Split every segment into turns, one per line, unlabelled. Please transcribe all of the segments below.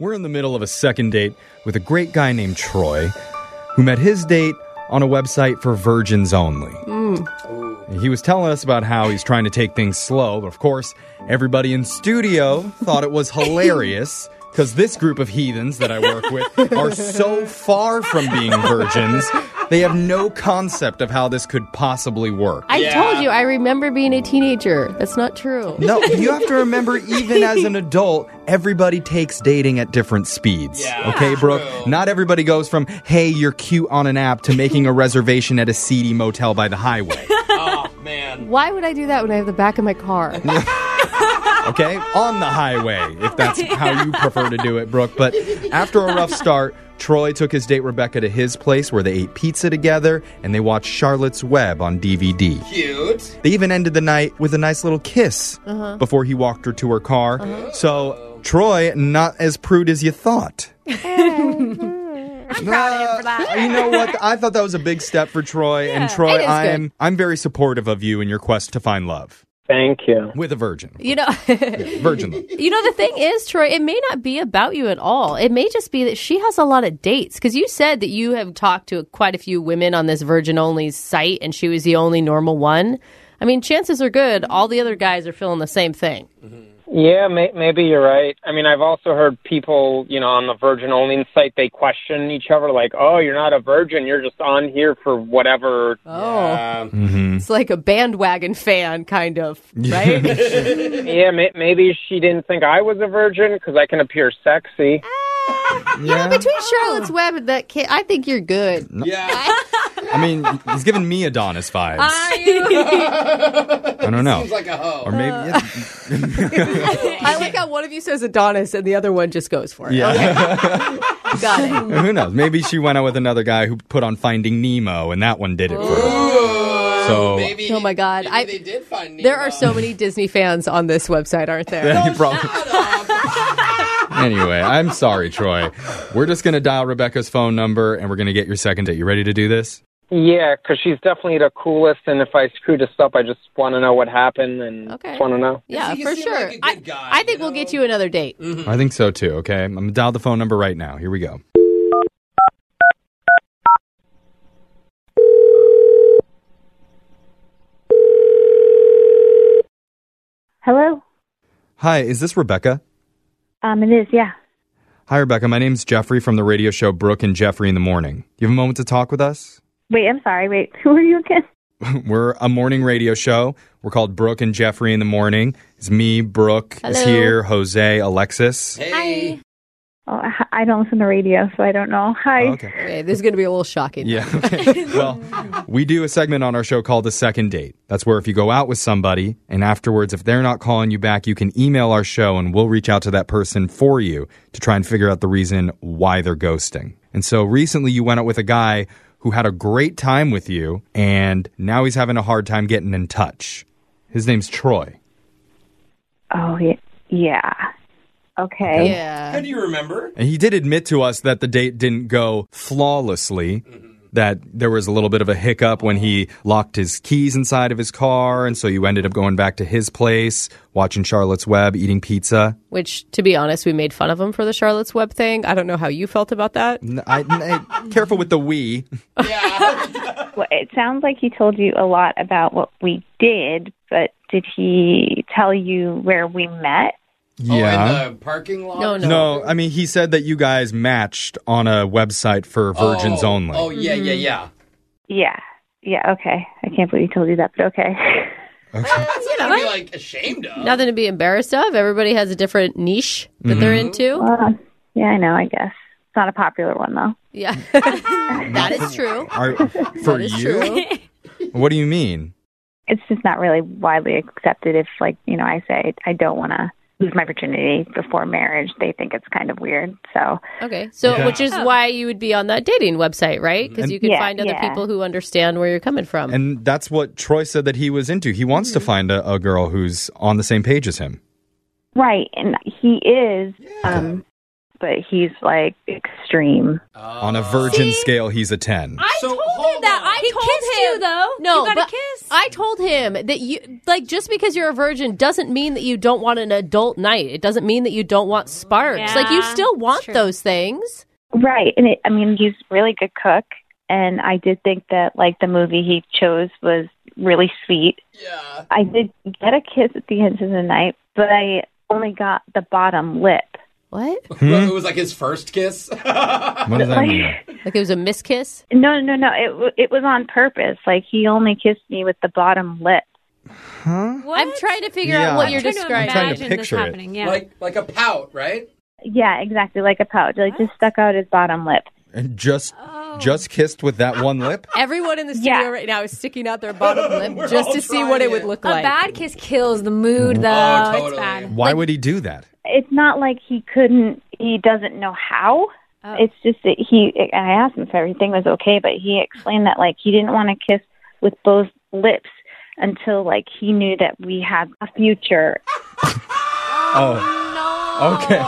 We're in the middle of a second date with a great guy named Troy who met his date on a website for virgins only. And He was telling us about how he's trying to take things slow, but of course, everybody in studio thought it was hilarious because this group of heathens that I work with are so far from being virgins, they have no concept of how this could possibly work.
I told you, I remember being a teenager. That's not true.
No, you have to remember, even as an adult, everybody takes dating at different speeds.
Yeah,
okay, Brooke?
true.
Not everybody goes from, hey, you're cute on an app to making a reservation at a seedy motel by the highway.
Oh man.
Why would I do that when I have the back of my car?
Okay? on the highway, if that's how you prefer to do it, Brooke. But after a rough start, Troy took his date Rebecca to his place where they ate pizza together and they watched Charlotte's Web on DVD.
Cute.
They even ended the night with a nice little kiss before he walked her to her car. So, Troy, not as prude as you thought. I'm proud of him for that. You know what? I thought that was a big step for Troy. And
It
Troy,
is
I
good.
am I'm very supportive of you in your quest to find love
Thank you.
with a virgin,
You know,
virgin love.
you know the thing is, Troy, it may not be about you at all. It may just be that she has a lot of dates because you said that you have talked to quite a few women on this Virgin Only site, and she was the only normal one. I mean, chances are good all the other guys are feeling the same thing.
Yeah, may- maybe you're right. I mean, I've also heard people, you know, on the Virgin Only site, they question each other like, "Oh, you're not a virgin. You're just on here for whatever."
Um,
It's like a bandwagon fan, kind of, right?
Yeah, may- maybe she didn't think I was a virgin because I can appear sexy.
Yeah.
Between Charlotte's Web and that kid, I think you're good.
yeah.
I mean, he's giving me Adonis vibes. I, don't know.
Seems like a hoe.
or maybe yeah,
I like how one of you says Adonis and the other one just goes for it.
yeah.
Got it.
who knows? Maybe she went out with another guy who put on Finding Nemo, and that one did it for her.
Ooh,
So
maybe.
Oh my God,
Maybe
I-
they did find Nemo.
There are so many Disney fans on this website, aren't there?
he probably,
Shut up.
anyway, I'm sorry, Troy. We're just going to dial Rebecca's phone number and we're going to get your second date. You ready to do this?
Yeah, because she's definitely the coolest. And if I screw this up, I just want to know what happened and
Okay.
just want to know.
Yeah,
He
for
seemed
sure.
like a good
I,
guy,
I think
you
we'll
know?
get you another date.
I think so too, okay? I'm going to dial the phone number right now. Here we go.
Hello.
Hi, is this Rebecca?
Um, it is, yeah.
Hi, Rebecca. My name's Jeffrey from the radio show Brooke and Jeffrey in the Morning. You have a moment to talk with us?
Wait, I'm sorry. Wait, who are you again?
We're a morning radio show. We're called Brooke and Jeffrey in the Morning. It's me, Brooke is
Hello.
here, Jose, Alexis.
Hey.
Oh, I- I don't listen to radio, so I don't know. Hi.
Oh, okay.
Okay, this is going to be a little shocking.
Yeah. okay. well, we do a segment on our show called The Second Date. That's where if you go out with somebody and afterwards, if they're not calling you back, you can email our show and we'll reach out to that person for you to try and figure out the reason why they're ghosting. And so recently you went out with a guy who had a great time with you and now he's having a hard time getting in touch. His name's Troy.
Oh, yeah. yeah. Okay.
Yeah.
How do you remember?
And he did admit to us that the date didn't go flawlessly. That there was a little bit of a hiccup when he locked his keys inside of his car, and so you ended up going back to his place, watching Charlotte's Web, eating pizza.
Which, to be honest, we made fun of him for the Charlotte's Web thing. I don't know how you felt about that.
N- I- n- I- careful with the we.
Well, it sounds like he told you a lot about what we did, but did he tell you where we met?
Oh, in the parking lot.
No,
no, I mean he said that you guys matched on a website for
Oh,
virgins only.
Oh yeah, yeah, yeah.
Yeah. Yeah, okay. I can't believe he told you that, but okay.
That's something to be like ashamed of.
Nothing to be embarrassed of. Everybody has a different niche that they're
Mm-hmm.
Mm-hmm.
into.
Uh-huh.
well, yeah, I know, I guess. It's not a popular one, though.
Yeah. that is true.
Are- for
That is
you?
true.
What do you mean?
It's just not really widely accepted if, like, you know, I say I don't want to lose my virginity before marriage. They think it's kind of weird, so.
Okay. So,
Yeah. Mm-hmm.
which is why you would be on that dating website, right? Because you can
Yeah,
find other
yeah.
people who understand where you're coming from.
And that's what Troy said that he was into. He wants to find a, a girl who's on the same page as him.
Right, and he is. Um, but he's like extreme.
On a virgin scale, he's a 10.
I
So,
told
hold
him that.
on.
I
He
told
kissed
him.
you though. No,
you got
but
a kiss.
I told him that you like just because you're a virgin doesn't mean that you don't want an adult night. It doesn't mean that you don't want sparks.
Yeah,
like you still want
true.
those things.
Right. And it, I mean, he's a really good cook. And I did think that like the movie he chose was really sweet.
Yeah.
I did get a kiss at the end of the night, but I only got the bottom lip.
What?
Hmm?
It was like his first kiss.
What does that mean?
Like it was a miskiss?
No, no, no. It w- it was on purpose. Like he only kissed me with the bottom lip.
What?
I'm trying to figure
Yeah.
out what
I'm
you're
trying
describing.
I'm trying to
imagine
picture it.
this happening. Yeah.
Like like a pout, right?
Yeah, exactly. Like a pouch. Like just stuck out his bottom lip.
And just just kissed with that one lip?
Everyone in the
Yeah.
studio right now is sticking out their bottom
We're
lip just
all
to see
trying
what it
it.
would look
a
like.
bad kiss kills the mood, though.
Oh, totally.
It's bad.
Why would he do that?
It's not like he couldn't. He doesn't know how.
Oh.
It's just that he. And I asked him if everything was okay, but he explained that like he didn't want to kiss with both lips until like he knew that we had a future.
Oh,
No.
Okay.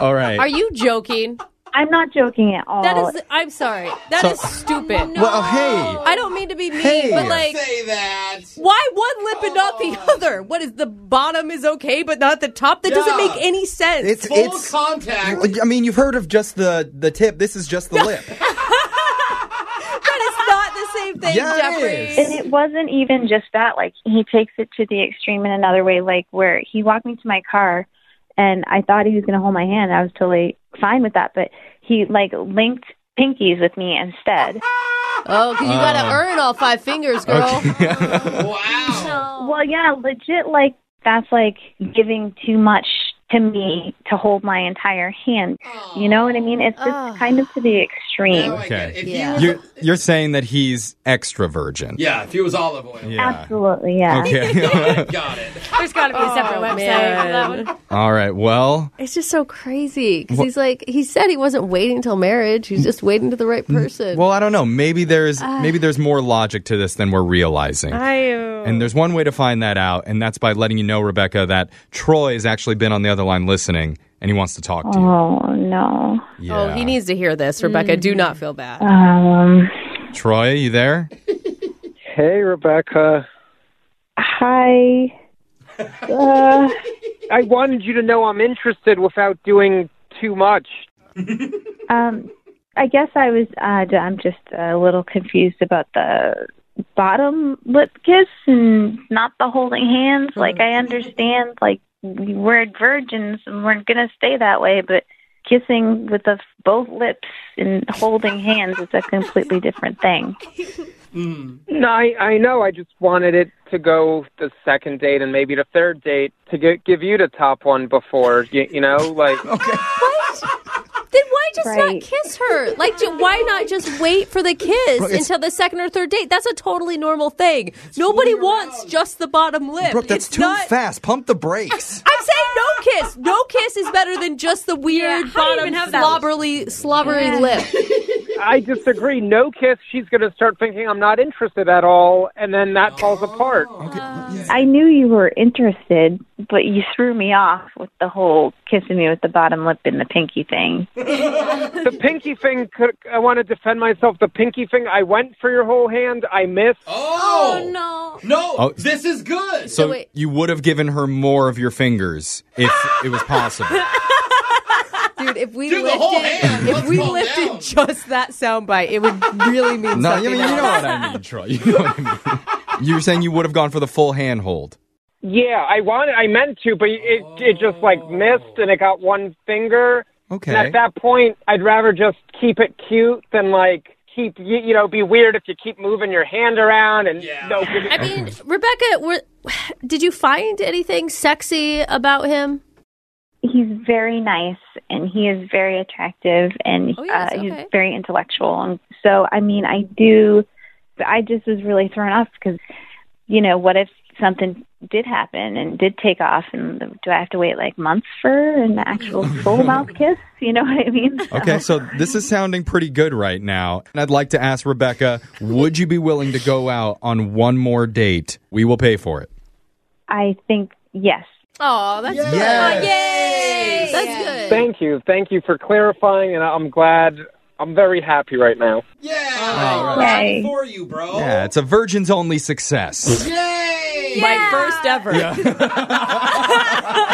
all right.
Are you joking?
I'm not joking at all.
That is I'm sorry. That
So-
is stupid.
well, oh, hey.
I don't mean to be mean,
Hey.
but like
Say that.
Why one lip and not the
Oh.
other? What is the bottom is okay, but not the top? That doesn't
Yeah.
make any sense.
It's
Full
it's
contact.
I mean, you've heard of just the the tip. This is just the lip.
that is not the same thing,
Yeah, it
Jeffrey.
is.
And it wasn't even just that. Like he takes it to the extreme in another way. Like where he walked me to my car, and I thought he was going to hold my hand. I was totally fine with that, but he like linked pinkies with me instead.
Oh, because you gotta
Oh.
earn all five fingers, girl.
Oh, Wow.
Well, yeah, legit. Like that's like giving too much to me to hold my entire hand. You know what I mean? It's just
Ugh.
kind of to the extreme.
Now I get it. If he
Yeah.
was-
You're you're saying that he's extra virgin.
yeah, if he was olive oil.
Yeah.
Absolutely, yeah.
Okay.
Got it.
There's got to be a separate
Oh,
website
man.
for that one.
all right. Well,
It's just so crazy because he's like he said he wasn't waiting till marriage. He's just waiting to the
Mm.
right person.
well, I don't know. Maybe there's maybe there's more logic to this than we're realizing. And there's one way to find that out, and that's by letting you know, Rebecca, that Troy has actually been on the other line listening, and he wants to talk to you.
Oh no.
Yeah.
Oh, he needs to hear this, Rebecca. Do not feel bad.
Um.
Troy, you there?
Hey, Rebecca.
Hi. Uh,
I wanted you to know I'm interested without doing too much.
Um, I guess I was. Uh, d- I'm just a little confused about the bottom lip kiss and not the holding hands. Like I understand, like we we're virgins and we're gonna stay that way, but kissing with the, both lips and holding hands is a completely different thing.
No, I, I know. I just wanted it to go the second date and maybe the third date to get, give you the top one before, you, you know? Like,
Then why just not
Right.
kiss her? Like, ju- why not just wait for the kiss until the second or third date? That's a totally normal thing. Nobody wants just the bottom lip.
Brooke, that's
It's
too
not-
fast. Pump the brakes.
I'm saying no kiss. No kiss is better than just the weird
Yeah, how do you
bottom
even have that?
slobbery, slobbery lip.
I disagree. No kiss. She's going to start thinking I'm not interested at all, and then that falls apart.
I knew you were interested, but you threw me off with the whole kissing me with the bottom lip and the pinky thing.
The pinky thing, could, I want to defend myself. The pinky thing, I went for your whole hand. I missed.
Oh,
No.
no.
Oh.
This is good.
So
wait.
you would have given her more of your fingers if it was possible.
Dude, if we
Dude, the
lifted,
whole hand
if
must
we
fall
lifted
down.
just that soundbite, it would really mean
No, I mean,
something.
you know
else.
what I mean, Troy. You know what I mean. You're saying you would have gone for the full handhold.
Yeah, I wanted, I meant to, but it, it just like missed and it got one finger.
Okay.
And at that point, I'd rather just keep it cute than like keep, you, you know, be weird if you keep moving your hand around and
Yeah.
no. give it-
I mean, Rebecca, were, did you find anything sexy about him?
he's very nice and he is very attractive and
Oh, yes,
uh,
okay.
he's very intellectual and so i mean i do but i just was really thrown off because you know what if something did happen and did take off and do i have to wait like months for an actual full mouth kiss you know what i mean So-
Okay, so this is sounding pretty good right now. And I'd like to ask Rebecca, would you be willing to go out on one more date? We will pay for it.
i think yes
Oh, that's
Yes.
Yay! That's good.
Thank you. Thank you for clarifying, and I'm glad. I'm very happy right now.
Yeah.
Yay.
For you, bro.
oh. Yeah, it's a virgins only success.
Yay.
My first ever.